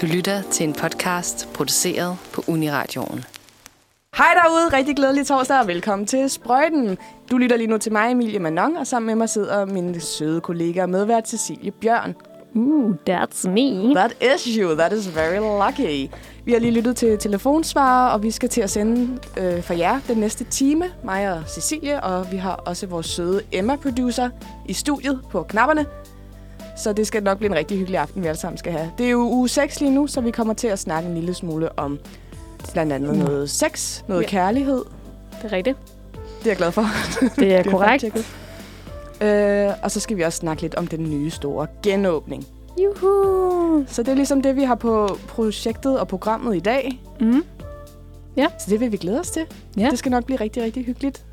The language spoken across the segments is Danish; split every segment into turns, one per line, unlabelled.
Du lytter til en podcast produceret på Uniradioen.
Hej derude, rigtig glædelig torsdag og velkommen til Sprøjten. Du lytter lige nu til mig, Emilie Manon, og sammen med mig sidder min søde kollega og medvært Cecilie Bjørn.
Uh, that's me.
That is you, that is very lucky. Vi har lige lyttet til telefonsvarer, og vi skal til at sende øh, for jer den næste time, mig og Cecilie, og vi har også vores søde Emma-producer i studiet på knapperne. Så det skal nok blive en rigtig hyggelig aften, vi alle sammen skal have. Det er jo uge 6 lige nu, så vi kommer til at snakke en lille smule om blandt andet noget sex, noget
Ja.
kærlighed.
Det er rigtigt.
Det er jeg glad for.
Det er
Det er
korrekt.
fact-checket. Øh, og så skal vi også snakke lidt om den nye store genåbning.
Juhu.
Så det er ligesom det, vi har på projektet og programmet i dag.
Mm.
Så det vil vi glæde os til.
Ja.
Det skal nok blive rigtig, rigtig hyggeligt.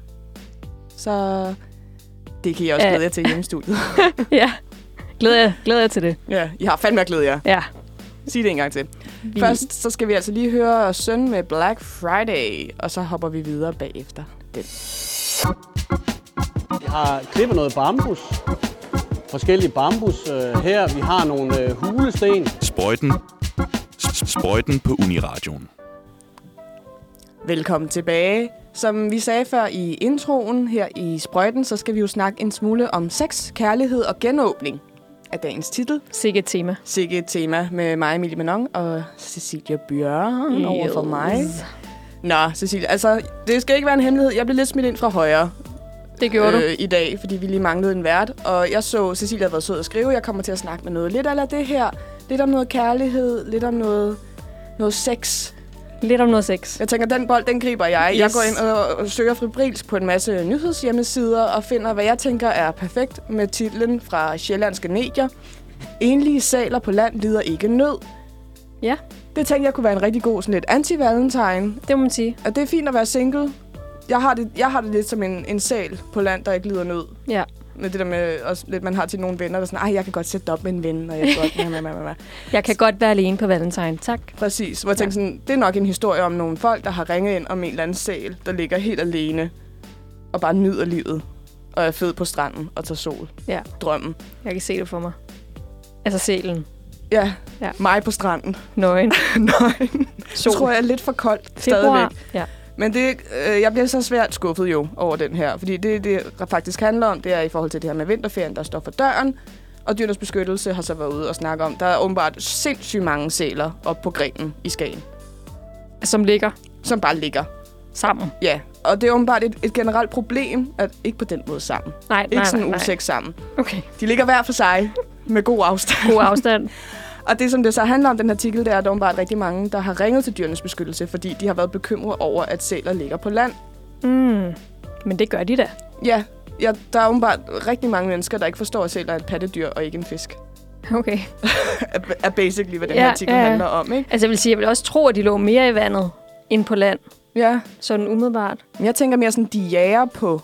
Så det kan I også
Ja.
glæde jer til hjemme i studiet.
Ja. Glæder jeg, glæder jeg til det.
ja, I har fandme at glæde jer.
Ja.
Sig det en gang til.
Vi,
Først så skal vi altså lige høre Søn med Black Friday, og så hopper vi videre bagefter. Den.
Jeg har klippet noget bambus. Forskellige bambus øh, her. Vi har nogle øh, hulesten.
Sprøjten. S- Sprøjten på Uniradioen.
Velkommen tilbage. Som vi sagde før i introen her i Sprøjten, så skal vi jo snakke en smule om sex, kærlighed og genåbning af dagens titel.
Sikke et tema.
Sikke et tema med mig, Emilie Manon, og Cecilia Bjørn yes. over for mig. Nå, Cecilia, altså, det skal ikke være en hemmelighed. Jeg blev lidt smidt ind fra højre
Det gjorde øh. du.
øh, i dag, fordi vi lige manglede en vært. Og jeg så, Cecilia havde været sød at skrive. Jeg kommer til at snakke med noget lidt af det her. Lidt om noget kærlighed, lidt om noget, noget sex.
Lidt om noget sex.
Jeg tænker, den bold, den griber jeg. Yes. Jeg
Yes.
går ind og- og søger fibrilsk på en masse nyhedshjemmesider og finder, hvad jeg tænker er perfekt med titlen fra Sjællandske Medier. Enlige saler på land lider ikke nød.
Ja,
Det tænkte jeg kunne være en rigtig god sådan lidt anti-valentine.
det må man sige.
At det er fint at være single. Jeg har det, jeg har det lidt som en, en sal på land, der ikke lider nød.
Ja.
Med det der med, også lidt man har til nogle venner, der er sådan, ej, jeg kan godt sætte op med en ven, og jeg kan godt... Med, med, med, med.
Jeg kan godt være alene på Valentine. Tak.
Præcis. Hvor jeg tænkte sådan, det er nok en historie om nogle folk, der har ringet ind om en eller anden sal, der ligger helt alene og bare nyder livet og er fed på stranden og tager sol.
Ja.
Drømmen.
Jeg kan se det for mig. Altså selen.
Ja, ja.
Ja.
mig på stranden.
Nøgen.
Nej,
Sol.
det tror jeg er lidt for koldt
Februar.
stadigvæk.
Ja.
Men det, øh, jeg bliver så svært skuffet jo over den her, fordi det, det faktisk handler om, det er i forhold til det her med vinterferien, der står for døren. Og dyrenes beskyttelse har så været ude og snakke om, der er åbenbart sindssygt mange sæler op på grenen i Skagen,
Som ligger
som bare ligger
sammen.
Ja, og det er åbenbart et, et generelt problem, at ikke på den måde sammen. Nej,
Nej,
ikke
nej,
sådan
nej, nej.
useks sammen.
Okay.
De ligger hver for sig, med god afstand.
God afstand.
og det, som det så handler om den artikel, det er, at der åbenbart er rigtig mange, der har ringet til dyrenes beskyttelse, fordi de har været bekymrede over, at sæler ligger på land.
Mm. Men det gør de da.
Ja, ja, der er åbenbart rigtig mange mennesker, der ikke forstår, at sæler er et pattedyr og ikke en fisk.
Okay.
Er, er basically, hvad den
Ja,
her artikel
ja, ja.
handler om, ikke?
Altså jeg vil sige, jeg vil også tro, at de lå mere i vandet end på land.
Ja,
Sådan umiddelbart.
men jeg tænker mere sådan, de jager på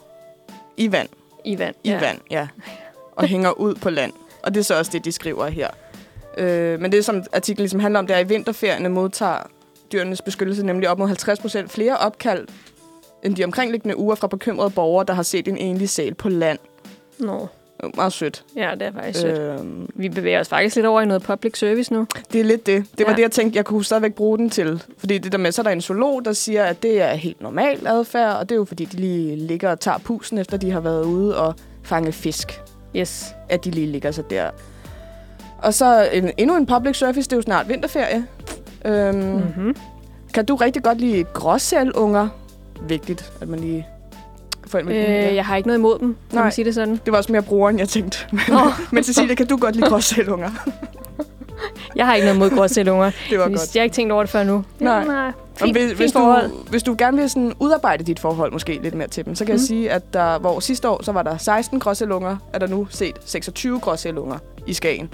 i vand.
I vand.
i ja. vand, ja. Og hænger ud på land. Og det er så også det, de skriver her. Øh, men det, som artiklen ligesom handler om, det er, at i vinterferierne modtager dyrenes beskyttelse nemlig op mod 50 procent flere opkald end de omkringliggende uger fra bekymrede borgere, der har set en enlig sæl på land.
Nå.
Øh, Meget sødt.
Ja, det er faktisk sødt.
Øh,
Vi bevæger os faktisk lidt over i noget public service nu.
det er lidt det. Det var
Ja.
det, jeg tænkte, jeg kunne stadigvæk bruge den til. Fordi det der med, så er der en zoolog, der siger, at det er helt normal adfærd, og det er jo fordi, de lige ligger og tager pusen, efter de har været ude og fange fisk.
Yes.
at de lige ligger sig der. Og så en, endnu en public service, det er jo snart vinterferie. Øhm, mm.
Mm-hmm.
Kan du rigtig godt lide gråsælunger? Vigtigt, at man lige får en
Øh,
øh, ja.
jeg har ikke noget imod dem, når
Nej.
man siger det sådan.
Det var også mere brugeren, jeg tænkte. Men,
Nå.
men Cecilia, kan du godt lide gråsælunger?
Jeg har ikke noget imod gråsælunger.
Det var godt.
Hvis jeg har ikke tænkt over det før nu.
Nej.
Nej.
Og
Fint, fint
hvis, du,
forhold.
hvis du gerne vil sådan udarbejde dit forhold måske lidt mere til dem, så kan mm. jeg
Mhm.
sige, at der, hvor sidste år så var der 16 gråsælunger, er der nu set 26 gråsælunger i Skagen.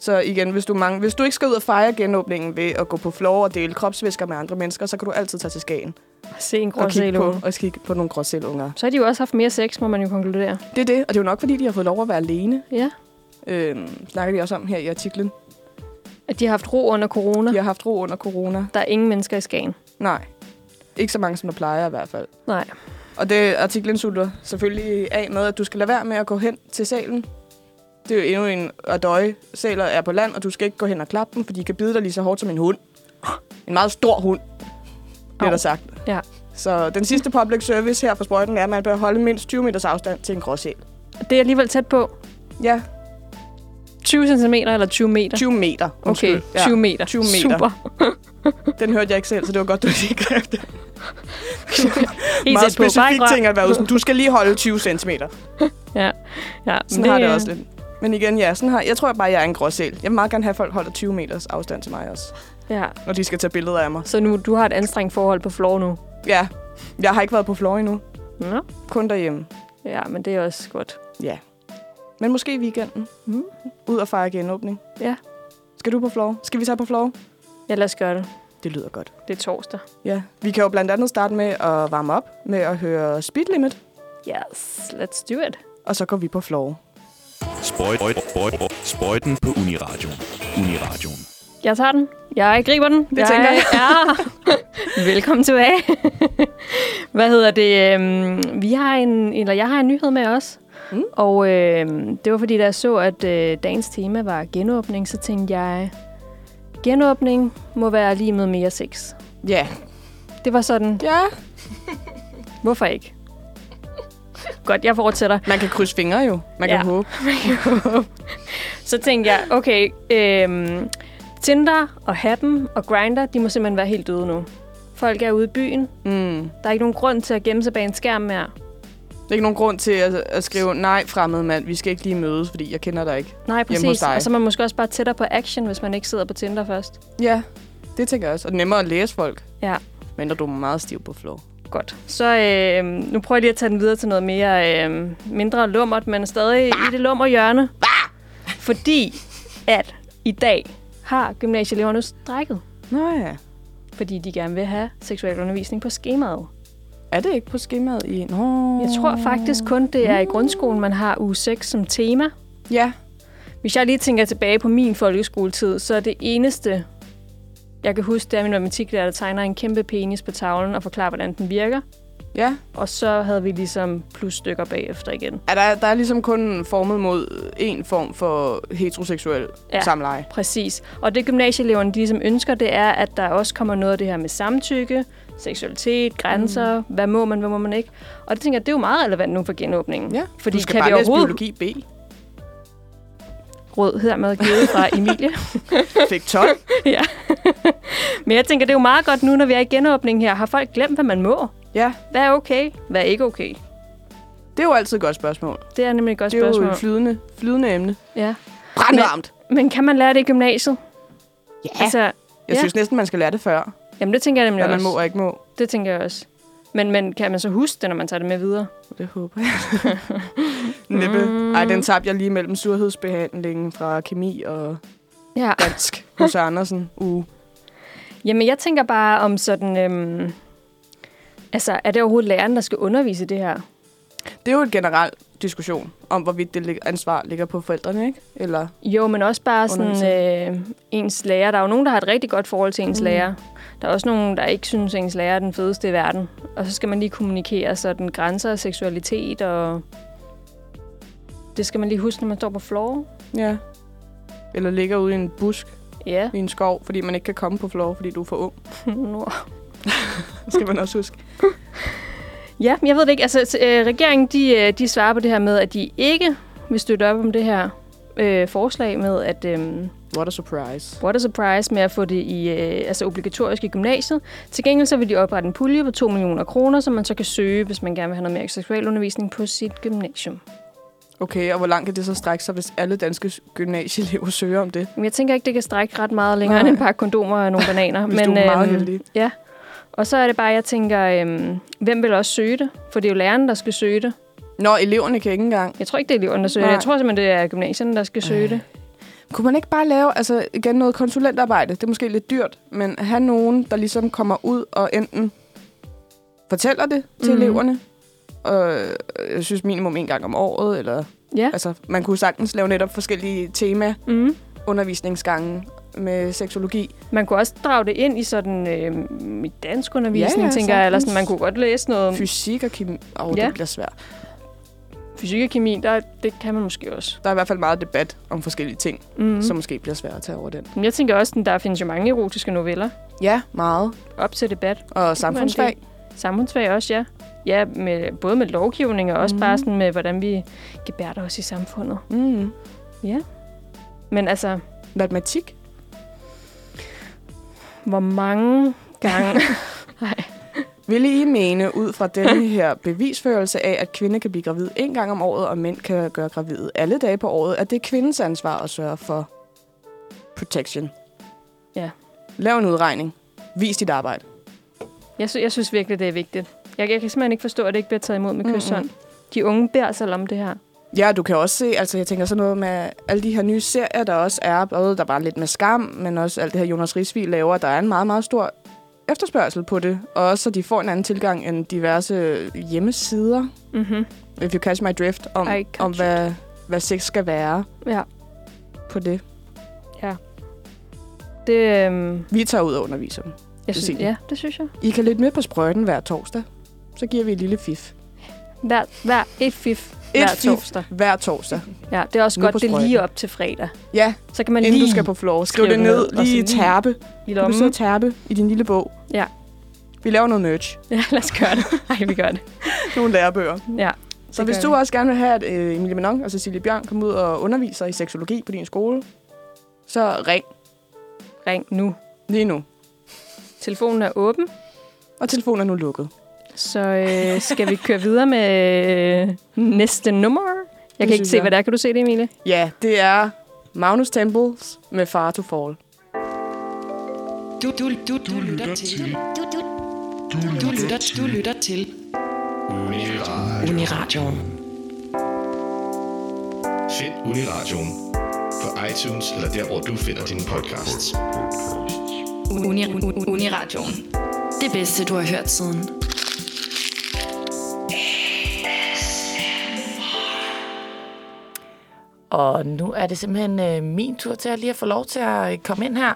Så igen, hvis du, mange, hvis du ikke skal ud og fejre genåbningen ved at gå på floor og dele kropsvæsker med andre mennesker, så kan du altid tage til Skagen
Se en
og kigge, på,
gråsælunge.
og kigge på nogle gråsælunger.
Så har de jo også haft mere sex, må man jo konkludere.
Det er det, og det er jo nok, fordi de har fået lov at være alene.
Ja.
Øhm, snakker de også om her i artiklen.
At de har haft ro under corona.
De
Ja.
har haft ro under corona.
Der er ingen mennesker i Skagen.
Nej, ikke så mange, som der plejer i hvert fald.
Nej.
Og det artiklen slutter selvfølgelig af med, at du skal lade være med at gå hen til salen Det er jo endnu en at døje. Sæler er på land, og du skal ikke gå hen og klappe dem, for de kan bide dig lige så hårdt som en hund. En meget stor hund, bliver
Au.
der sagt.
Ja.
Så den sidste public service her på sprøjten er, at man bør holde mindst 20 meters afstand til en gråsæl.
Det er alligevel tæt på.
Ja,
20 cm eller 20 meter?
20 meter.
Okay,
Undskyld. Ja.
20 meter.
20 meter.
Super.
Den hørte jeg ikke selv, så det var godt, du lige greb det.
Helt
Meget
tæt på. Bare en
specifikt
grøn.
ting at være ude sådan, du skal lige holde 20 cm. Sådan
Ja. ja. men
det, har det
øh,
også lidt. Men igen, ja, sådan har, jeg tror bare, jeg er en gråsæl. Jeg vil meget gerne have, at folk holder 20 meters afstand til mig også,
Ja.
når de skal tage billeder af mig.
Så nu, du har et anstrengt forhold på floor nu.
Ja, jeg har ikke været på floor endnu.
Nå.
Kun derhjemme.
Ja, men det er også godt.
Ja. Men måske i weekenden.
Mm.
Ud og fejre genåbning.
Ja.
Skal du på floor? Skal vi tage på floor?
Ja, lad os gøre det.
Det lyder godt.
Det er torsdag.
Ja. Vi kan jo blandt andet starte med at varme op med at høre Speed Limit,
Yes, let's do it.
og så går vi på floor.
Sprøjt, sprøjt, sprøjten på Uniradio. Uniradio.
Jeg tager den. Jeg griber den. Det jeg
tænker jeg.
Er. Velkommen tilbage. Hvad hedder det? Øhm, Vi har en, eller jeg har en nyhed med os.
Mm.
Mm. Og øh, det var fordi, da jeg så, at øh, dagens tema var genåbning, så tænkte jeg, genåbning må være lige med mere sex.
Ja.
Det var sådan,
Ja.
hvorfor ikke? Godt, jeg fortsætter.
Man kan krydse fingre jo. Man kan
Ja.
håbe.
Så tænkte jeg, okay, øhm, Tinder og Happen og Grinder, de må simpelthen være helt døde nu. Folk er ude i byen.
Mm.
Der er ikke nogen grund til at gemme sig bag en skærm mere.
Der er ikke nogen grund til at, at skrive, nej, fremmede mand, vi skal ikke lige mødes, fordi jeg kender dig ikke.
Nej,
hos
præcis.
dig.
Og så er man måske også bare tættere på action, hvis man ikke sidder på Tinder først.
Ja, det tænker jeg også. Og det er nemmere at læse folk,
Ja,
mindre du er meget stiv på flow.
godt. Så øh, nu prøver jeg lige at tage den videre til noget mere øh, mindre lummert, men stadig i det lummer hjørne. Fordi at i dag har gymnasieeleverne strækket,
Nå ja.
fordi de gerne vil have seksuel undervisning på skemaet.
Er det ikke på skemaet i... Nå.
Jeg tror faktisk kun, det er i grundskolen, man har uge 6 som tema.
Ja.
Hvis jeg lige tænker tilbage på min folkeskoletid, så er det eneste, jeg kan huske, det er at min matematiklærer, der tegner en kæmpe penis på tavlen og forklarer, hvordan den virker.
Ja.
Og så havde vi ligesom plusstykker bagefter igen.
Er der, der er ligesom kun formet mod en form for heteroseksuel ja.
Ja.
samleje.
Præcis. Og det gymnasieeleverne de ligesom ønsker, det er, at der også kommer noget af det her med samtykke, seksualitet, grænser, mm. hvad må man, hvad må man ikke. Og det tænker jeg, det er jo meget relevant nu for genåbningen.
Ja.
Fordi
du skal
kan
bare
vi
læse
overhovedet...
biologi B.
Råd hermed givet fra Emilie.
Fik 12.
Ja. Men jeg tænker, det er jo meget godt nu, når vi er i genåbning her. Har folk glemt, hvad man må?
ja.
Hvad er okay? Hvad er ikke okay?
Det er jo altid et godt spørgsmål.
Det er nemlig et godt
Det er jo
spørgsmål.
et flydende, flydende emne.
ja.
Brandvarmt.
Men kan man lære det i gymnasiet?
Ja.
Altså,
Jeg
ja.
synes næsten, man skal lære det før,
Jamen, det tænker jeg nemlig
hvad man
også.
må og ikke må.
Det tænker jeg også. Men, men kan man så huske det, når man tager det Mm. med videre?
Det håber jeg. Næppe. Ej, den tabte jeg lige mellem surhedsbehandlingen fra kemi og
Ja.
dansk hos Andersen. Uh.
Jamen, jeg tænker bare om sådan... Øhm, altså, er det overhovedet læreren, der skal undervise i det her?
Det er jo et generelt diskussion om, hvorvidt det lig- ansvar ligger på forældrene, ikke? Eller,
Jo, men også bare sådan øh, ens lærer. Der er jo nogen, der har et rigtig godt forhold til ens mm. lærer. Der er også nogen, der ikke synes, at ens lærer er den fedeste i verden. Og så skal man lige kommunikere sådan grænser og seksualitet, og det skal man lige huske, når man står på floor.
ja. Eller ligger ude i en busk
Ja,
i en skov, fordi man ikke kan komme på floor, fordi du er for ung.
nu.
Det skal man også huske.
Ja, men jeg ved det ikke. Altså, s- øh, regeringen, de, øh, de svarer på det her med, at de ikke vil støtte op om det her øh, forslag med, at øh,
What a surprise.
What a surprise med at få det i, øh, altså obligatorisk i gymnasiet. Til gengæld så vil de oprette en pulje på 2 millioner kroner, som man så kan søge, hvis man gerne vil have noget mere seksualundervisning på sit gymnasium.
Okay, og hvor langt kan det så strække sig, hvis alle danske s- gymnasieelever søger om det?
Men jeg tænker ikke, det kan strække ret meget længere
Nej.
Nej. end et par kondomer og nogle bananer. øhm,
Hvis du er meget heldig.
Ja, og så er det bare, jeg tænker, øhm, hvem vil også søge det? For det er jo læreren, der skal søge det.
Nå, eleverne kan ikke engang.
Jeg tror ikke, det er eleverne, der søger
Nej. Øh.
det. Jeg tror simpelthen, det er gymnasierne, der skal søge det.
Kunne man ikke bare lave, altså igen noget konsulentarbejde, det er måske lidt dyrt, men have nogen, der ligesom kommer ud og enten fortæller det til
Mhm.
mm. eleverne, og øh, jeg synes minimum en gang om året, eller
Ja.
altså man kunne sagtens lave netop forskellige tema
Mm.
undervisningsgange med seksologi.
Man kunne også drage det ind i sådan øh, i dansk undervisning,
Ja,
ja,
ja,
ja, tænker jeg. Eller
sagtens.
sådan, man kunne godt læse noget om
Fysik og kemi, åh, oh, ja.
Ja.
det bliver svært.
Fysik og kemi, der, det kan man måske også.
Der er i hvert fald meget debat om forskellige ting,
Mm.
mm. som måske bliver svært at tage over den.
Men jeg tænker også, at der findes jo mange erotiske noveller.
Ja, meget.
Op til debat.
Og samfundsfag.
Samfundsfag også, ja. Ja, med, både med lovgivning og også mm.
Mhm.
bare sådan med, hvordan vi gebærter os i samfundet.
Mm.
Men altså,
Matematik.
hvor mange gange...
Vil I mene ud fra denne her bevisførelse af, at kvinder kan blive gravid en gang om året, og mænd kan gøre gravide alle dage på året, at det er kvindens ansvar at sørge for protection?
Ja.
Lav en udregning. Vis dit arbejde.
jeg, sy- jeg synes virkelig, det er vigtigt. Jeg, jeg kan simpelthen ikke forstå, at det ikke bliver taget imod
Mhm.
med kysshånd. De unge bærer sig om det her.
Ja, du kan også se, altså jeg tænker sådan noget med alle de her nye serier, der også er, både der var lidt med skam, men også alt det her Jonas Risvig laver, der er en meget, meget stor efterspørgsel på det, og også så de får en anden tilgang end diverse hjemmesider, Mhm.
Mm-hmm.
if you catch my drift, om,
I catch
om hvad, hvad sex skal være
Ja.
på det.
Det, øhm,
Vi tager ud og underviser dem. Det
jeg synes,
siger de.
ja, det synes jeg.
I kan lytte med på sprøjten hver torsdag. Så giver vi et lille fif.
Hver, hver et fif hver
Et fif.
torsdag.
Hver torsdag.
Ja, det er også
Nu
godt,
på
det er
sprøjten.
lige op til fredag.
Ja,
Så kan man
inden
lige
du skal på floor. Skriv
skrive
det
det ned,
ned.
og så
Lige
lige
terpe.
i
Kan du
lommen.
sidde og terpe i din lille bog?
Ja.
Vi laver noget merch.
Ja, lad os gøre det. Ej, vi gør det.
Nogle lærebøger.
Ja,
Så
det
hvis
gør
du
vi.
også gerne vil have, at øh, Emilie Manon og Cecilie Bjørn kommer ud og underviser i seksologi på din skole, så ring
Ring nu.
lige nu.
Telefonen er åben,
Og telefonen er nu lukket.
så øh, skal vi køre videre med øh, næste nummer. Jeg kan ikke
synes
se,
jeg.
hvad det er. Kan du se det, Emilie?
Ja, det er Magnus Tempels med Far to Fall.
Du, du, du, du lytter til. Du, du, du, du, lytter, du lytter til. Uniradioen.
Find Uniradioen på iTunes eller der, hvor du finder dine podcasts.
Uni, uni, Uniradioen. Det bedste, du har hørt siden.
Og nu er det simpelthen øh, min tur til at lige at få lov til at øh, komme ind her.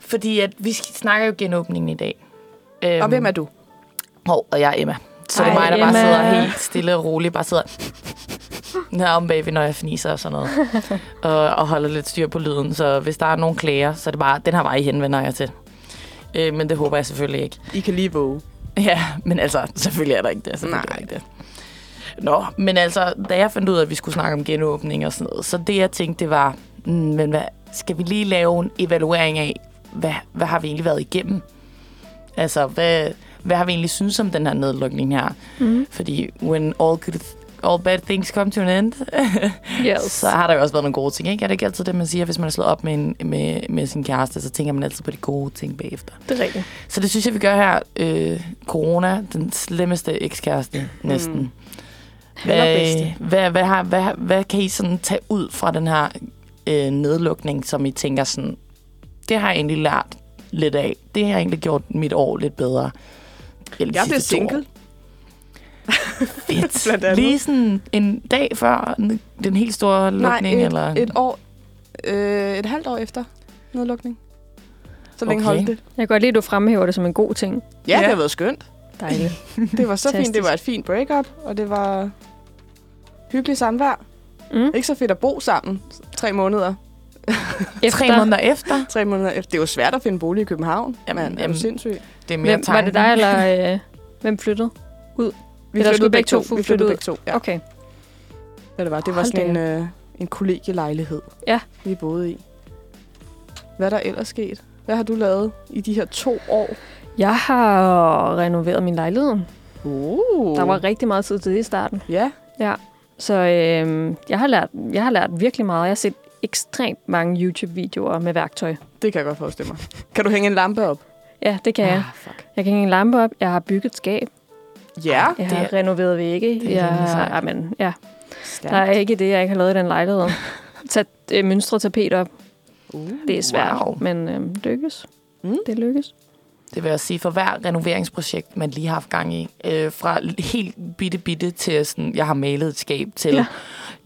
Fordi at vi sk- snakker jo genåbningen i dag. Øhm,
Og hvem er du?
Hov, og jeg er Emma. Så det er
Ej,
mig, der bare
Emma.
sidder helt stille og roligt. Bare sidder her om bagved, når jeg fniser og sådan noget. og, og holder lidt styr på lyden. Så hvis der er nogen klager, så er det bare, den her vej henvender jeg til. Øh, men det håber jeg selvfølgelig ikke.
I kan lige våge.
Ja, men altså, selvfølgelig er der ikke det. Selvfølgelig
Nej.
Er der ikke det. Nå, men altså, da jeg fandt ud af, at vi skulle snakke om genåbning og sådan noget, så det jeg tænkte, det var, mm, men hvad, skal vi lige lave en evaluering af, hvad, hvad har vi egentlig været igennem? Altså, hvad, hvad har vi egentlig synes om den her nedlukning her? Mm. Fordi when all, good, all bad things come to an end,
Yes.
så har der jo også været nogle gode ting, ikke? Er det ikke altid det, man siger, hvis man er slået op med, en, med, med sin kæreste, så tænker man altid på de gode ting bagefter?
Det er rigtigt.
Så det synes jeg, vi gør her. Øh, corona, den slemmeste ekskæreste, næsten. Mm. Hvad,
Allerbedste.
hvad, hvad, har, hvad, hvad kan I sådan tage ud fra den her øh, nedlukning, som I tænker sådan, det har jeg egentlig lært lidt af. Det har jeg egentlig gjort mit år lidt bedre. Eller de
Jeg blev
sidste to år.
single. blandt
Fedt.
andet.
Lige sådan en dag før den- den helt store lukning?
Nej, et,
eller?
et år. Øh, et halvt år efter nedlukning. Så længe
Okay.
holdt det.
Jeg kan godt lide, at du fremhæver det som en god ting.
Ja, det har været skønt.
Dejligt.
Det var så fint. Det
Fantastisk.
var et fint breakup, og det var hyggeligt samvær.
Mm.
Mm. Ikke så fedt at bo sammen tre måneder.
Efter,
Tre måneder efter?
Tre måneder. efter. Det er jo svært at finde bolig i København.
Jamen,
Jamen, Man, er
jamen.
du sindssyg?
Det er mere
Hvem, var det dig, eller øh, hvem flyttede?
Vi
Eller skulle
flyttede
begge
begge to.
to fu-
Vi
flytte
flyttede
ud?
begge to. Ja,
Okay.
ja det var. Det var
Hold
sådan en, øh, en kollegielejlighed,
Ja.
vi boede i. Hvad er der ellers sket? Hvad har du lavet i de her to år?
Jeg har renoveret min lejlighed.
Uh.
Der var rigtig meget tid til det i starten.
Ja.
Så øh, jeg, har lært, jeg har lært virkelig meget. Jeg har set ekstremt mange YouTube-videoer med værktøj.
Det kan jeg godt forestille mig. Kan du hænge en lampe op?
Ja, det kan jeg.
Ah, fuck.
Jeg kan hænge en lampe op. Jeg har bygget et skab.
Ja.
Jeg
Det
har
er-
renoveret vægge.
det er
jeg,
rimelig sejt.
har- jamen, ja. Der
Stærkt.
er ikke det, jeg ikke har lavet i den lejlighed. Tag øh, mønstre tapet op.
Uh,
Det er svært,
wow.
men øh, lykkes.
Mm.
Det lykkes.
Det vil jeg sige, for hver renoveringsprojekt, man lige har haft gang i, øh, fra helt bitte bitte til sådan, jeg har malet et skab til,
Ja.
ja.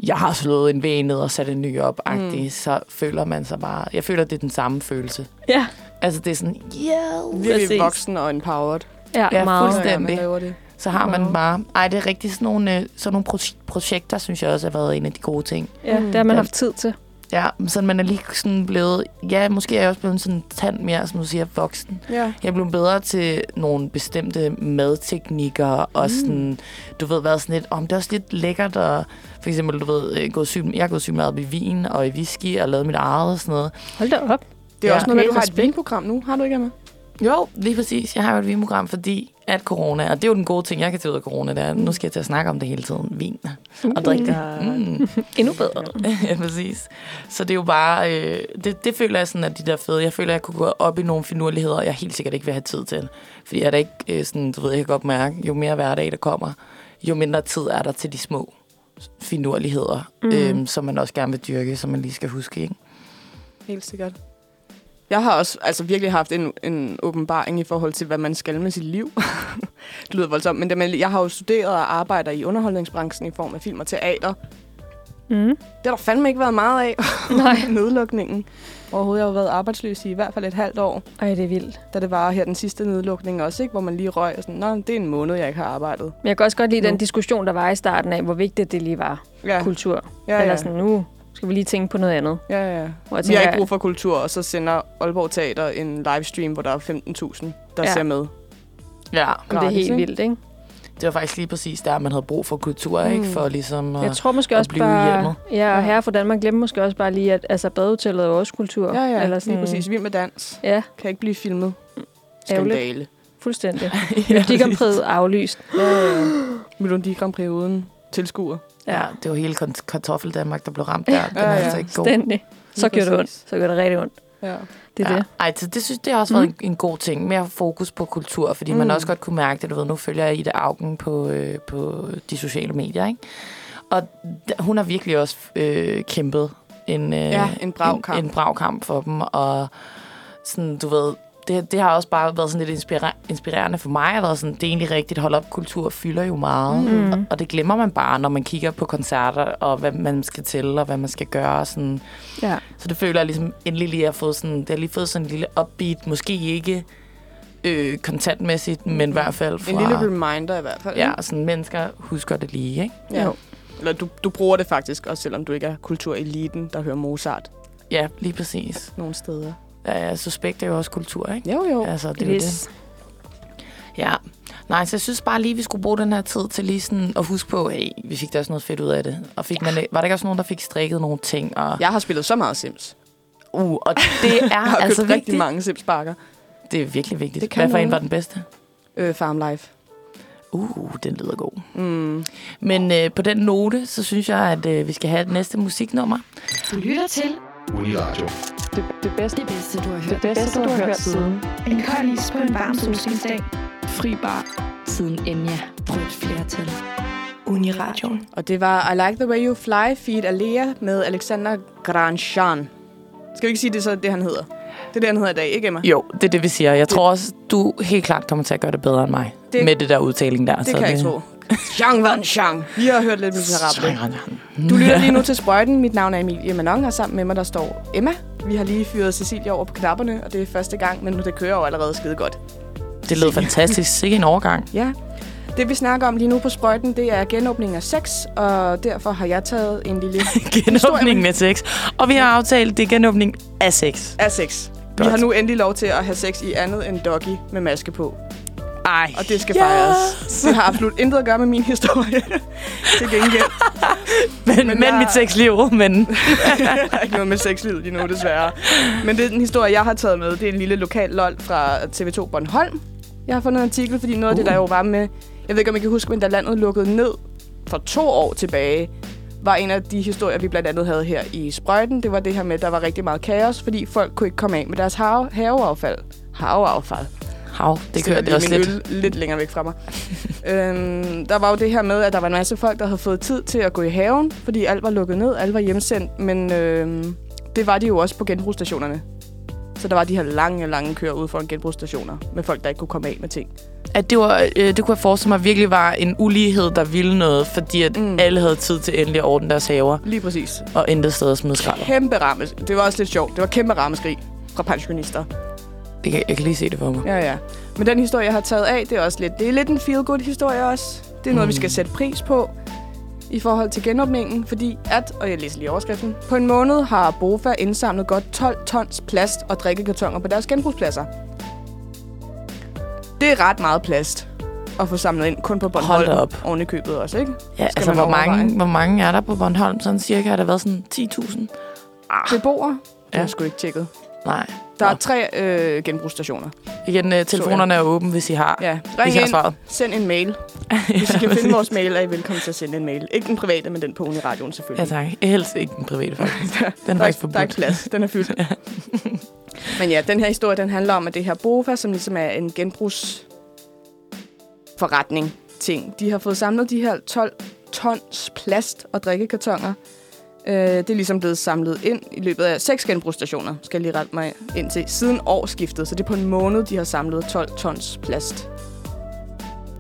jeg har slået en væg ned og sat en ny op, mm. så føler man sig bare, jeg føler, det er den samme følelse.
Ja,
Altså det er sådan, yeah,
Virkelig voksen og empowered.
ja,
Ja,
meget.
fuldstændig.
man laver det.
Så har man bare... Ej, det er rigtigt. Sådan nogle, øh, sådan nogle pro- projekter, synes jeg også har været en af de gode ting.
Mm.
Ja, det har man
Ja.
haft tid til.
Ja, så man er lige sådan blevet... Ja, måske er jeg også blevet sådan en tand mere, som du siger, voksen.
Ja.
Jeg blev bedre til nogle bestemte madteknikker, og sådan, du ved, været sådan lidt, om det er også lidt lækkert, og for eksempel, du ved, øh, gået syg, jeg er gået sygt meget op i vin og i whisky, og lavet mit eget og sådan noget.
Hold da op.
Det er
Ja.
også noget med, at du har et
Respekt.
vinprogram nu. Har du ikke, Emma?
Jo, lige præcis. Jeg har jo et vinprogram, fordi at corona, og det er jo den gode ting, jeg kan tage ud af corona, det er, at nu skal jeg til at snakke om det hele tiden. Vin og drikke det. Mm.
Endnu bedre.
ja, præcis. Så det er jo bare, øh, det, det føler jeg sådan, at de der fede, jeg føler, at jeg kunne gå op i nogle finurligheder, jeg helt sikkert ikke vil have tid til. Fordi jeg er da ikke øh, sådan, du ved, jeg kan godt mærke, jo mere hverdag der kommer, jo mindre tid er der til de små finurligheder, mm. øhm, som man også gerne vil dyrke, som man lige skal huske, ikke?
Helt sikkert. Jeg har også altså, virkelig haft en, en åbenbaring i forhold til, hvad man skal med sit liv. det lyder voldsomt, men det, men jeg har jo studeret og arbejder i underholdningsbranchen i form af film og teater.
Mm.
Det har der fandme ikke været meget af
Nej.
nedlukningen. Overhovedet jeg har jo været arbejdsløs i i hvert fald et halvt år,
Ej, det er vildt.
da det var her den sidste nedlukning også, ikke? hvor man lige røg og sådan, Nå, det er en måned, jeg ikke har arbejdet.
Men jeg kan også godt lide
Nu.
den diskussion, der var i starten af, hvor vigtigt det lige var.
Ja,
Kultur.
ja,
Eller
ja,
sådan, nu skal vi lige tænke på noget andet.
ja, ja.
Hvor jeg
Vi
tænker,
har ikke brug for kultur, og så sender Aalborg Teater en livestream, hvor der er 15.000, der
Ja.
ja. ser med.
Ja,
om det er
gratis,
helt
ikke?
vildt, ikke?
det var faktisk lige præcis der, man havde brug for kultur, mm. ikke? For ligesom... at-
Jeg tror måske
at
også
blive
bare...
hjemmet.
Ja, og
Ja.
herre fra Danmark glemmer måske også bare lige, at altså, badehotellet er jo også kultur.
Ja, ja,
Eller
Eller lige præcis. Vild med dans. Mm.
Ja,
Kan ikke blive filmet.
Ærgerligt.
Skandale.
fuldstændig. Melodikampræget aflyst.
Melodi Grand Prix uden tilskuer.
Ja, det var hele kont- kartoffel Danmark, der blev ramt der. Den er
ja.
altså ikke god.
Fuldstændig. Så
Lige
gjorde det ondt.
præcis.
Så gjorde det rigtig ondt.
Ja.
Det er
ja.
det.
Ej, så det synes det har også været en, en god ting. Mere fokus på kultur, fordi mm. man også godt kunne mærke det. Du ved, nu følger jeg Ida Augen på, øh, på de sociale medier, ikke? Og d- hun har virkelig også øh, kæmpet en, øh,
Ja, en brav kamp.
en, en brav kamp for dem. Og sådan, du ved, det, det har også bare været sådan lidt inspira- inspirerende for mig. At været sådan, det er egentlig rigtigt. Hold op, kultur fylder jo meget. Mm. Og, og det glemmer man bare, når man kigger på koncerter, og hvad man skal til, og hvad man skal gøre. og Sådan,
Ja.
så det føler jeg ligesom endelig lige, at jeg har fået sådan, det har lige fået sådan en lille upbeat, måske ikke øh, kontantmæssigt, men i hvert fald fra...
Mm-hmm. En lille reminder i hvert fald.
Ja,
ikke?
sådan mennesker husker det lige, ikke?
ja. Eller du, du bruger det faktisk, også selvom du ikke er kultureliten, der hører Mozart
Ja, lige præcis.
nogle steder.
Ja, ja, suspekt er jo også kultur, ikke?
Jo, jo. Ja.
Altså, det er jo det. Ja. Nej, så jeg synes bare lige, vi skulle bruge den her tid til lige sådan at huske på, hey, vi fik da også noget fedt ud af det. Og fik ja. man, var der ikke også nogen, der fik strikket nogle ting? Og,
Jeg har spillet så meget Sims.
uh, og det
Jeg
er
har altså
altså
købt rigtig
vigtigt.
mange Sims-pakker.
Det er virkelig vigtigt.
Det kan
Hvad for en
noget.
var den bedste?
Øh, Farmlife.
Uh, den lyder god.
Mm.
Men øh, på den note, så synes jeg, at øh, vi skal have det næste musiknummer.
Du lytter til
Uniradio.
det bedste, du har hørt.
Det bedste, du har hørt siden.
En kold is på en varm solskinsdag.
Fri bar.
Siden Enya brød flertal. Uniradioen.
Og det var I Like The Way You Fly, feat. Alea med Alexander Granshan. Skal vi ikke sige, det er så det, han hedder? Det er det, han hedder i dag, ikke Emma?
Jo, det er det, vi siger. Jeg tror også, du helt klart kommer til at gøre det bedre end mig. Det,
Det-
med det der udtaling der.
Det kan jeg ikke tro. Jean Van Jean. Vi har hørt lidt miserable.
Miserable.
Du lytter lige nu til Sprøjten. Mit navn er Emilie Manon, og sammen med mig der står Emma. Vi har lige fyret Cecilie over på knapperne, og det er første gang, men det kører jo allerede skide godt.
Det lød fantastisk. Sikke en overgang.
Ja. Det vi snakker om lige nu på Sprøjten, det er genåbning af sex, og derfor har jeg taget en lille
Genåbningen af sex. Og vi har aftalt, det er genåbning af sex.
af sex. Vi
Godt.
har nu endelig lov til at have sex i andet end doggy med maske på.
Ej.
Og det skal yes. fejres. Det har absolut intet at gøre med min historie. Til gengæld.
men,
men
men, men
jeg-
mit sexliv, men...
Der er ikke noget med sexlivet lige nu, desværre. Men det er den historie, jeg har taget med. Det er en lille lokal lol fra TV2 Bornholm. Jeg har fundet en artikel, fordi noget af det, der jo var med... Jeg ved ikke, om I kan huske, men da landet lukkede ned for to år tilbage, var en af de historier, vi blandt andet havde her i Sprøjten. Det var det her med, at der var rigtig meget kaos, fordi folk kunne ikke komme af med deres have- haveaffald. Haveaffald.
Hav, det
Stiller
kører det også
lige min
lidt.
Øl lidt længere væk fra mig. øhm, der var jo det her med, at der var en masse folk, der havde fået tid til at gå i haven, fordi alt var lukket ned, alt var hjemsendt, men øhm, det var de jo også på genbrugsstationerne. Så der var de her lange, lange køer ude foran genbrugsstationer med folk, der ikke kunne komme af med ting.
At det, var, øh, det kunne jeg forestille mig virkelig var en ulighed, der ville noget, fordi at mm.
Mm.
alle havde tid til endelig at ordne deres haver,
Lige præcis.
og intet sted at smide skralder.
Kæmpe rammes. Det var også lidt sjovt. Det var kæmpe rammeskrig fra pensionister.
Det kan, jeg kan lige se det for mig.
Ja, ja. Men den historie, jeg har taget af, det er også lidt, det er lidt en feel-good-historie også. Det er noget, mm. vi skal sætte pris på i forhold til genåbningen, fordi at, og jeg læser lige overskriften, på en måned har Bofa indsamlet godt 12 tons plast og drikkekartoner på deres genbrugspladser. Det er ret meget plast at få samlet ind, kun på Bornholm.
Hold da op.
Oven i købet også, ikke?
Ja,
Skal
altså,
man
hvor mange,
overveje.
hvor mange er der på Bornholm? Sådan cirka har der været sådan 10.000?
Beboere? Det har
Ja.
jeg sgu ikke tjekket.
Nej.
Der er
Nå.
tre øh, genbrugsstationer.
Igen, øh, telefonerne er åbne, hvis I har.
Ja,
hvis
ring
I har
ind,
svaret.
send en mail. Hvis I kan finde vores mail, er I velkommen til at sende en mail. Ikke den private, men den på Uniradioen
Ja,
selvfølgelig.
tak. Helst ikke den private, faktisk. Den er
der, er,
faktisk
ikke- der er ikke
forbudt.
plads. Den er fyldt. Men ja, den her historie, den handler om, at det her Bofa, som ligesom er en genbrugsforretning, ting, de har fået samlet de her 12 tons plast og drikkekartoner. Øh, det er ligesom blevet samlet ind i løbet af seks genbrugsstationer, skal jeg lige rette mig ind til, siden årsskiftet. Så det er på en måned, de har samlet 12 tons plast.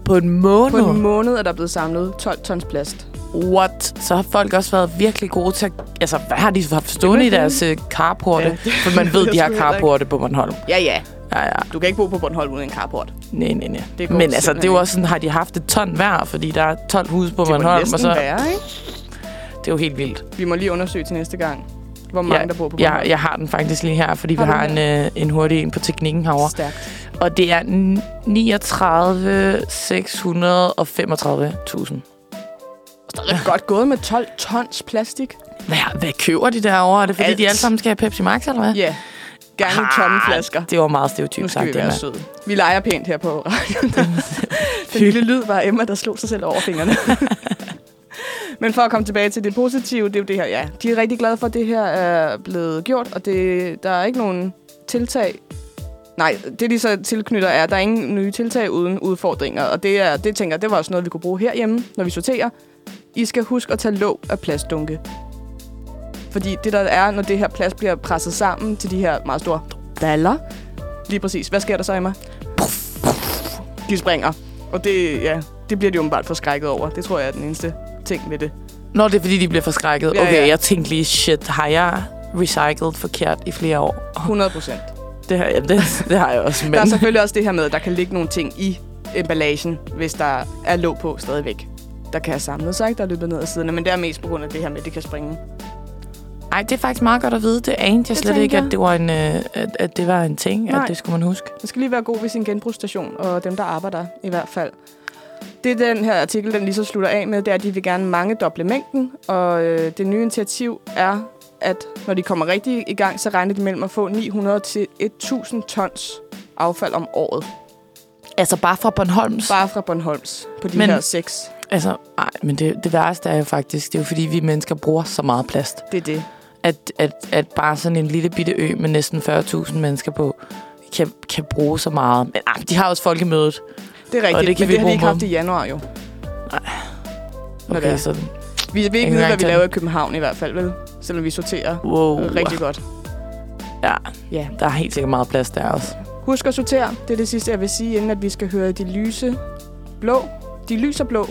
På en måned?
På en måned er der blevet samlet 12 tons plast.
What? Så har folk også været virkelig gode til at... Altså, hvad har de haft stående i deres øh, carporte?
Ja,
Ja,
det-
For man ved,
det
de har
skulle jeg ikke.
carporte på Bornholm.
Ja, ja.
Ja, ja.
Du kan ikke bo på Bornholm uden en carport.
Nej, nej, nej.
Det går
Men altså, det er jo
simpelthen
også sådan, har de haft et ton hver, fordi der er 12 huse på
Det må
Bornholm, og
næsten
så...
så... være, ikke?
Det er jo helt vildt.
Vi må lige undersøge til næste gang, hvor mange der bor på
jeg,
Bornholm.
jeg har den faktisk lige her, fordi
Har
vi
du
har
den
en, øh, en hurtig en på teknikken herovre.
Stærkt.
Og det er n- 39.635.000.
Godt gået med 12 tons plastik.
Hvad, hvad køber de derovre? Er det fordi,
Alt.
Alt. de alle sammen skal have Pepsi Max, eller hvad?
Ja. Gerne i tomme flasker.
Det var meget
Nu
stereotypt
skal
sagt,
vi
det
være
der.
søde. Vi leger pænt her på radioen. Den lille lyd var Emma, der slog sig selv over fingrene. Men for at komme tilbage til det positive, det er jo det her, ja. De er rigtig glade for, at det her er blevet gjort, og det, der er ikke nogen tiltag. Nej, det de så tilknytter er, at der er ingen nye tiltag uden udfordringer. Og det, er, det tænker jeg, det var også noget, vi kunne bruge herhjemme, når vi sorterer. I skal huske at tage låg af plastdunke. Fordi det der er, når det her plast bliver presset sammen til de her meget store daller, Lige præcis. Hvad sker der så, Emma? De springer. Og det, ja, det bliver de åbenbart forskrækket over. Det tror jeg er den eneste ting ved det.
Nå, det er fordi, de bliver forskrækket.
Ja,
Okay,
ja.
jeg tænkte lige, shit, har jeg recyclet forkert i flere år?
100 procent.
Det har jeg, det, det har jeg også, men...
Der er selvfølgelig også det her med, at der kan ligge nogle ting i emballagen, hvis der er låg på stadigvæk. Der kan have samlet sig, ikke? der er løbet ned ad siderne, men det er mest på grund af det her med, at det kan springe.
Ej, det er faktisk meget godt at vide. Det anede jeg
Det
slet
tænkte
ikke,
jeg.
at det var en, øh, at, at det var en ting,
Nej.
at det skulle man huske.
Man skal lige være god ved sin genbrugsstation, og dem, der arbejder i hvert fald. Det den her artikel, den lige så slutter af med, det er, at de vil gerne mange doble mængden, og øh, det nye initiativ er, at når de kommer rigtig i gang, så regner de mellem at få 900 til 1000 tons affald om året.
Altså bare fra Bornholms? Bare.
Bare fra Bornholms på de Men,
Men-
her seks.
Altså, nej, men det, det værste er jo faktisk, det er jo fordi, vi mennesker bruger så meget plast.
Det er det.
At, at, at bare sådan en lille bitte ø med næsten 40.000 mennesker på, kan, kan bruge så meget. Men ah, de har også folkemødet.
Det er rigtigt,
Og det kan
men
vi
det har de
bruge
ikke
mod.
haft i januar jo. Nå, det
Okay,
er.
så
Vi vil ikke
Ingen
vide, hvad vi
gang til Uh.
laver i København i hvert fald, vel? Selvom vi sorterer
wow.
øh, rigtig godt.
Ja,
Ja.
der er helt sikkert meget plads der også.
Husk at sortere. Det er det sidste, jeg vil sige, inden at vi skal høre de lyse blå. De lyser blå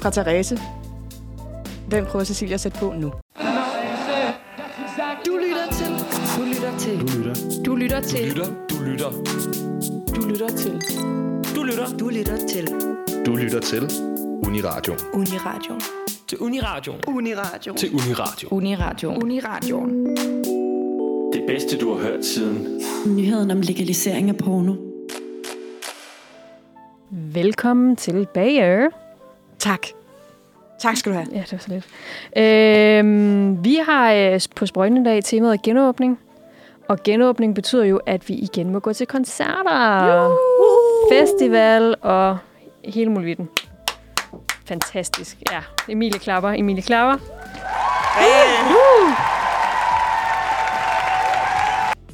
fra Therese. Den prøver Cecilia at sætte på nu.
Du lytter til. Du lytter til.
Du lytter til
Du lytter til
Du lytter til.
Du lytter til Uniradio.
Uniradio.
Uniradio.
Uniradio. Uniradio.
Det bedste, du har hørt siden.
Nyheden om legalisering af porno.
Velkommen tilbage.
Tak. Tak skal du have.
Ja, det var så lidt. Øhm, vi har øh, på Sprøjtendag temaet genåbning. Og genåbning betyder jo, at vi igen må gå til koncerter. Festival og hele muligheden. Fantastisk. Ja, Emilie klapper. Emilie klapper.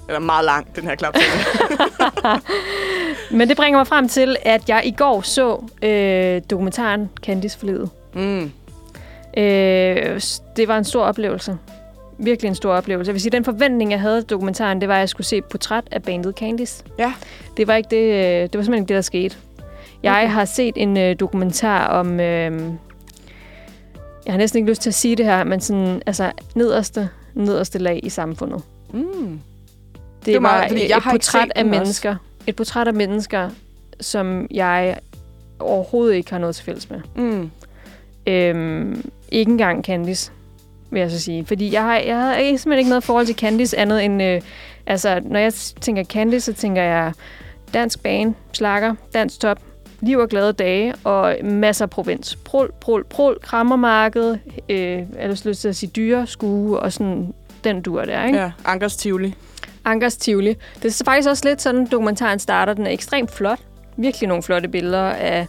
Den er meget lang, den her klap.
Men det bringer mig frem til, at jeg i går så øh, dokumentaren Candice for livet.
mm.
Øh, s- det var en stor oplevelse. Virkelig en stor oplevelse. Jeg vil sige, den forventning, jeg havde til dokumentaren, det var, at jeg skulle se et portræt af bandet Candice.
Ja.
Det var, ikke det, øh, det var simpelthen ikke det, der skete. Jeg har set en øh, dokumentar om... Øh, jeg har næsten ikke lyst til at sige det her, men sådan, altså nederste, nederste lag i samfundet.
Mm.
Det,
er
det
meget-
var meget,
fordi
et,
jeg
et
har ikke
portræt
set
af
den også.
mennesker. Et portræt af mennesker, som jeg overhovedet ikke har noget til fælles med.
Mm.
Øhm, ikke engang Candice, vil jeg så sige. Fordi jeg har, jeg har simpelthen ikke noget forhold til Candice andet end... Øh, altså, når jeg tænker Candice, så tænker jeg dansk bane, slakker, dansk top, liv og glade dage og masser af provins. Prul, prul, prul, krammermarked, øh, er du lyst til at sige dyre, skue og sådan den dur der, ikke?
Ja, Ankers Tivoli.
Ankers Tivoli. Det er faktisk også lidt sådan, dokumentaren starter. Den er ekstremt flot. Virkelig nogle flotte billeder af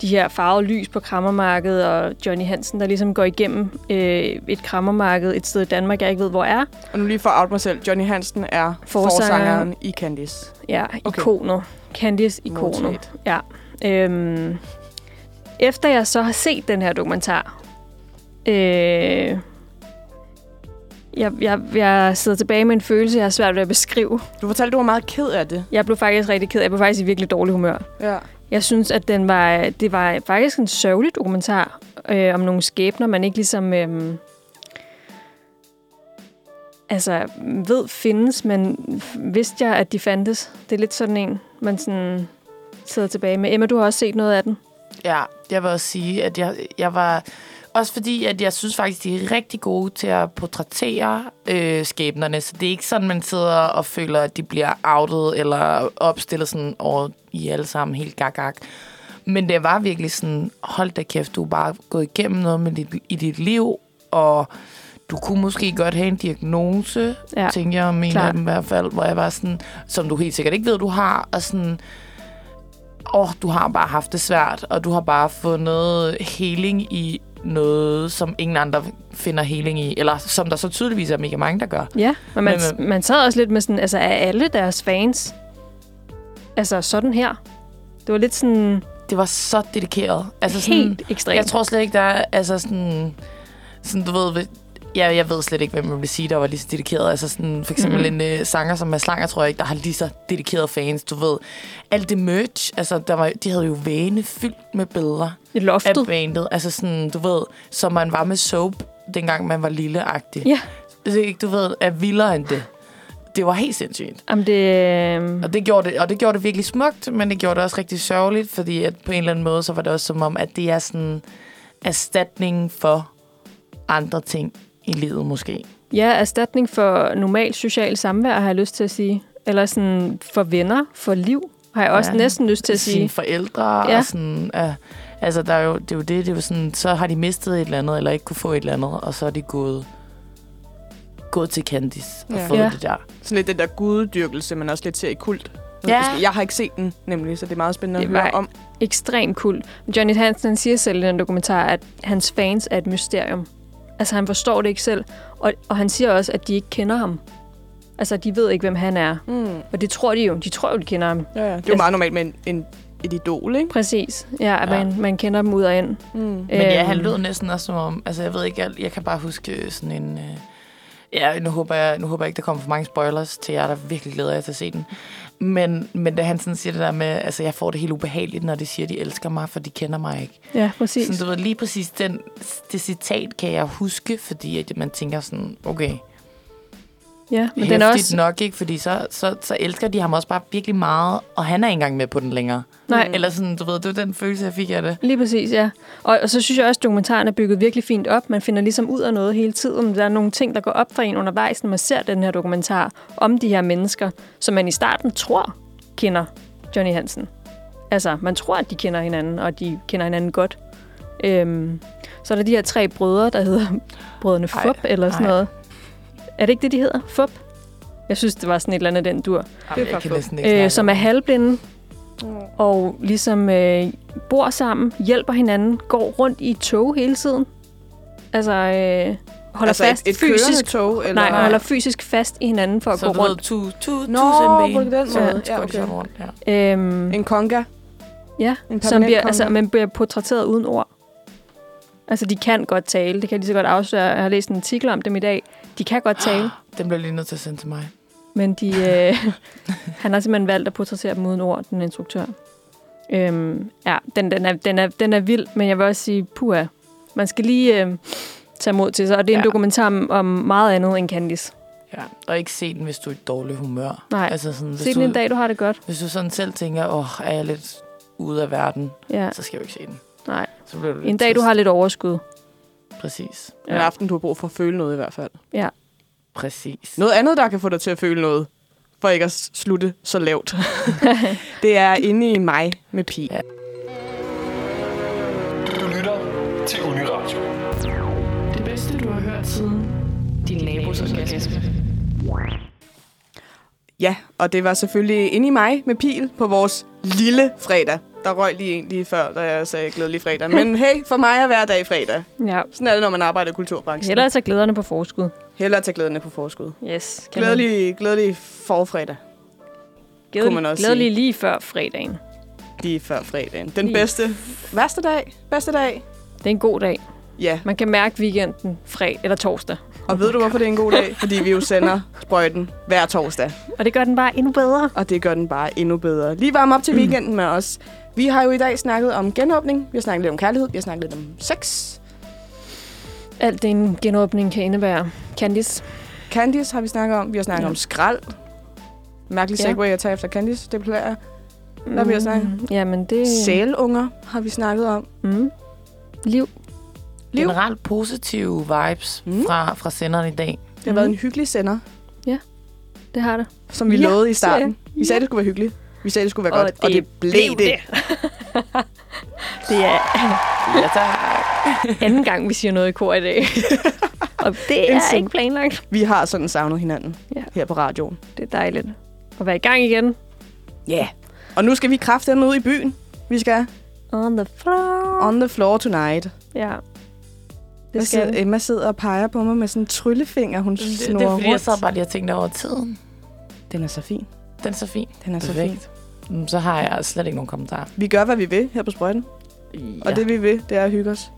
de her farvede lys på krammermarkedet, og Johnny Hansen, der ligesom går igennem øh, et krammermarked et sted i Danmark, jeg ikke ved, hvor er.
Og nu lige for at out mig selv. Johnny Hansen er forsangeren, forsangeren i Candice.
Ja, okay. ikoner. Candice ikoner. Ja. Øhm, efter jeg så har set den her dokumentar, øh, jeg, jeg, jeg sidder tilbage med en følelse, jeg har svært ved at beskrive.
Du fortalte, du var meget ked af det.
Jeg blev faktisk rigtig ked af Jeg blev faktisk i virkelig dårlig humør.
Ja.
Jeg synes, at den var, det var faktisk en sørgelig dokumentar øh, om nogle skæbner, man ikke ligesom øh, altså, ved findes, men vidste jeg, at de fandtes. Det er lidt sådan en, man sådan sidder tilbage med. Emma, du har også set noget af den.
Ja, jeg vil også sige, at jeg, jeg var... Også fordi, at jeg synes faktisk, de er rigtig gode til at portrættere øh, skæbnerne. Så det er ikke sådan, man sidder og føler, at de bliver outet eller opstillet sådan over i alle sammen helt gak, gak. Men det var virkelig sådan, hold da kæft, du er bare gået igennem noget med dit, i dit liv, og du kunne måske godt have en diagnose, ja, tænker jeg om en klar. af dem i hvert fald, hvor jeg var sådan, som du helt sikkert ikke ved, du har, og sådan, åh, oh, du har bare haft det svært, og du har bare fundet heling i noget, som ingen andre finder heling i, eller som der så tydeligvis er mega mange, der gør.
Ja, men man, men, man sad også lidt med sådan, altså er alle deres fans altså sådan her? Det var lidt sådan...
Det var så dedikeret. Altså
helt
sådan,
ekstremt.
Jeg tror slet ikke, der er, altså sådan, sådan du ved, Ja, jeg ved slet ikke, hvem man vil sige, der var lige så dedikeret. Altså sådan, for eksempel
Mhm.
mm-hmm. en øh, sanger som Mads Langer, tror jeg ikke, der har lige så dedikerede fans. Du ved, alt det merch, altså der var, de havde jo vane fyldt med billeder.
I loftet.
Af bandet. Altså sådan, du ved, som man var med soap, dengang man var lilleagtig.
Ja.
Det er ikke, du ved, er vildere end det. Det var helt sindssygt.
Jamen det... øh,
Og, det gjorde det, og det gjorde det virkelig smukt, men det gjorde det også rigtig sørgeligt, fordi at på en eller anden måde, så var det også som om, at det er sådan erstatningen for andre ting, i livet måske.
Ja, erstatning for normalt social samvær, har jeg lyst til at sige. Eller sådan for venner, for liv, har jeg også ja, næsten lyst til at sige.
forældre ja. og sådan... Uh, altså, der er jo, det er jo det, det er jo sådan, så har de mistet et eller andet, eller ikke kunne få et eller andet, og så er de gået gået til Candice og ja. fået ja. det der.
Sådan lidt den der guddyrkelse, man også lidt ser i kult.
Ja.
Jeg har ikke set den, nemlig, så det er meget spændende det at høre om.
ekstremt kult. Johnny Hansen han siger selv i den dokumentar, at hans fans er et mysterium. Altså, han forstår det ikke selv. Og, og han siger også, at de ikke kender ham. Altså, de ved ikke, hvem han er.
Mm.
Og det tror de jo. De tror jo, de kender ham.
Ja, ja. Det er jo altså, meget normalt med en, en, et idol, ikke?
Præcis. Ja, at ja. Man, man kender dem ud og ind.
Mm. Øhm.
Men ja, han lød næsten også som om... Altså, jeg ved ikke... Jeg, jeg kan bare huske sådan en... Øh, ja, nu håber, jeg, nu håber jeg ikke, der kommer for mange spoilers til jer, der virkelig glæder jer til at se den. Men, men da han sådan siger det der med, altså jeg får det helt ubehageligt, når de siger, de elsker mig, for de kender mig ikke.
Ja, præcis.
Sådan, du ved, lige præcis den, det citat kan jeg huske, fordi at man tænker sådan, okay,
Ja, men
den
er også...
nok, ikke? Fordi så, så, så elsker de ham også bare virkelig meget, og han er ikke engang med på den længere.
Nej.
Eller sådan, du ved, det var den følelse, jeg fik af det.
Lige præcis, ja. Og, og så synes jeg også, at dokumentaren er bygget virkelig fint op. Man finder ligesom ud af noget hele tiden. Der er nogle ting, der går op for en undervejs, når man ser den her dokumentar om de her mennesker, som man i starten tror kender Johnny Hansen. Altså, man tror, at de kender hinanden, og de kender hinanden godt. Øhm, så er der de her tre brødre, der hedder brødrene Fup, ej, eller sådan ej. noget. Er det ikke det, de hedder? FUP? Jeg synes, det var sådan et eller andet den dur.
Jamen, jeg kan næsten
ikke øh, som er halvblinde og ligesom øh, bor sammen, hjælper hinanden, går rundt i tog hele tiden. Altså øh, holder
altså
fast
et, et
fysisk
tog, eller?
Nej, holder fysisk fast i hinanden for at
så
gå rundt.
Så tu, tu,
Nå,
tusind
på den måde.
Så,
Ja,
ja, okay.
okay.
rundt, ja.
Øhm,
En konga.
ja,
en
som
permanent
bliver,
konge.
altså, man bliver portrætteret uden ord. Altså, de kan godt tale. Det kan jeg lige så godt afsløre. Jeg har læst en artikel om dem i dag. De kan godt tale.
Den bliver lige nødt til at sende til mig.
Men de, øh, han har simpelthen valgt at portrættere dem uden ord, den instruktør. Øhm, ja, den, den, er, den, er, den er vild, men jeg vil også sige, puha, man skal lige øh, tage mod til sig. Og det er ja.
Ja.
en dokumentar om, om meget andet end Candice.
Ja, og ikke se den, hvis du er i dårlig humør.
Nej.
Altså sådan, hvis
Se den en dag, du har det godt.
Hvis du sådan selv tænker, åh, oh, er jeg lidt ude af verden,
Ja.
ja. så skal du ikke se den.
Nej.
Så bliver du lidt
En dag, du har lidt overskud.
Præcis.
En aften, du har brug for at føle noget i hvert fald.
Ja.
Præcis.
Noget andet, der kan få dig til at føle noget, for ikke at s- slutte så lavt, det er inde i mig med Pia.
Du lytter til Uniradio. Det bedste, du har hørt siden din nabos orgasme.
Ja, og det var selvfølgelig inde i mig med pil på vores lille fredag. Der røg lige en lige før, da jeg sagde glædelig fredag. Men hey, for mig er hver dag fredag.
Ja.
Sådan er det, når man arbejder i kulturbranchen.
Hellere tage glæderne på forskud.
Hellere tage glæderne på forskud.
Yes. kan man-
Glædelig, glædelig forfredag.
Glædelig,
kunne man også
glædelig
sige.
lige før fredagen.
Lige før fredagen. Den
Lige.
bedste. Værste dag. Bedste dag.
Det er en god dag.
Ja.
Man kan mærke weekenden fred eller torsdag.
Og ved du, hvorfor det er en god dag? Fordi vi jo sender sprøjten hver torsdag.
Og det gør den bare endnu bedre.
Og det gør den bare endnu bedre. Lige varm op
Mm.
til weekenden med os. Vi har jo i dag snakket om genåbning. Vi har snakket lidt om kærlighed. Vi har snakket lidt om sex.
Alt det en genåbning kan indebære. Candice.
Candice har vi snakket om. Vi har snakket
Ja.
ja. om skrald. Mærkelig
Ja.
segway at tage efter Candice. Det plejer jeg. Hvad har vi ellers snakket?
Mm, Jamen det...
Sælunger har vi snakket om.
Mm. Liv.
Liv. Generelt positive vibes mm. fra, fra senderen i dag.
Det har mm. været en hyggelig sender,
Det har det.
som vi
Ja,
ja, lovede i
siger jeg.
starten. Vi sagde, det skulle være hyggeligt. Vi sagde, det skulle være
Og
godt. og
det
det blev det.
Det er
Ja, tak.
anden gang, vi siger noget i kor i dag. Og det
En
er
syn.
ikke planlagt.
Vi har sådan savnet hinanden
Ja.
ja. her på radioen.
Det er dejligt at være i gang igen.
Ja. Yeah. Og nu skal vi kraftedeme ud i byen. Vi skal
On the floor.
on the floor tonight.
Ja.
Det
Det skal
skal
vi.
Emma sidder og peger på mig med sådan en tryllefinger, hun
Det,
snor
det er fordi, jeg
rundt.
sad bare lige og tænkte over tiden.
Den er så fin.
Den er så fin.
Den er så fin.
Perfekt. Mm, Så har jeg slet ikke nogen kommentarer.
Vi gør, hvad vi vil her på sprøjten.
Ja.
Og det vi vil, det er at hygge os.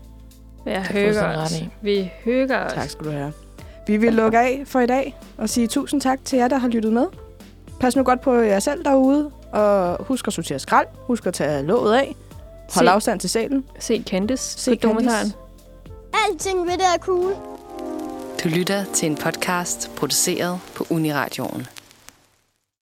Jeg
Tak for
hygger
sådan
os.
ret i.
Vi hygger os.
Tak skal du have. Vi vil lukke af for i dag og sige tusind tak til jer, der har lyttet med. Pas nu godt på jer selv derude, og husk at sortere skrald. Husk at tage låget af. Hold
Se.
afstand til salen.
Se Candice
Se
Se på dokumentaren.
Alting ved det er cool.
Du lytter til en podcast produceret på Uniradioen.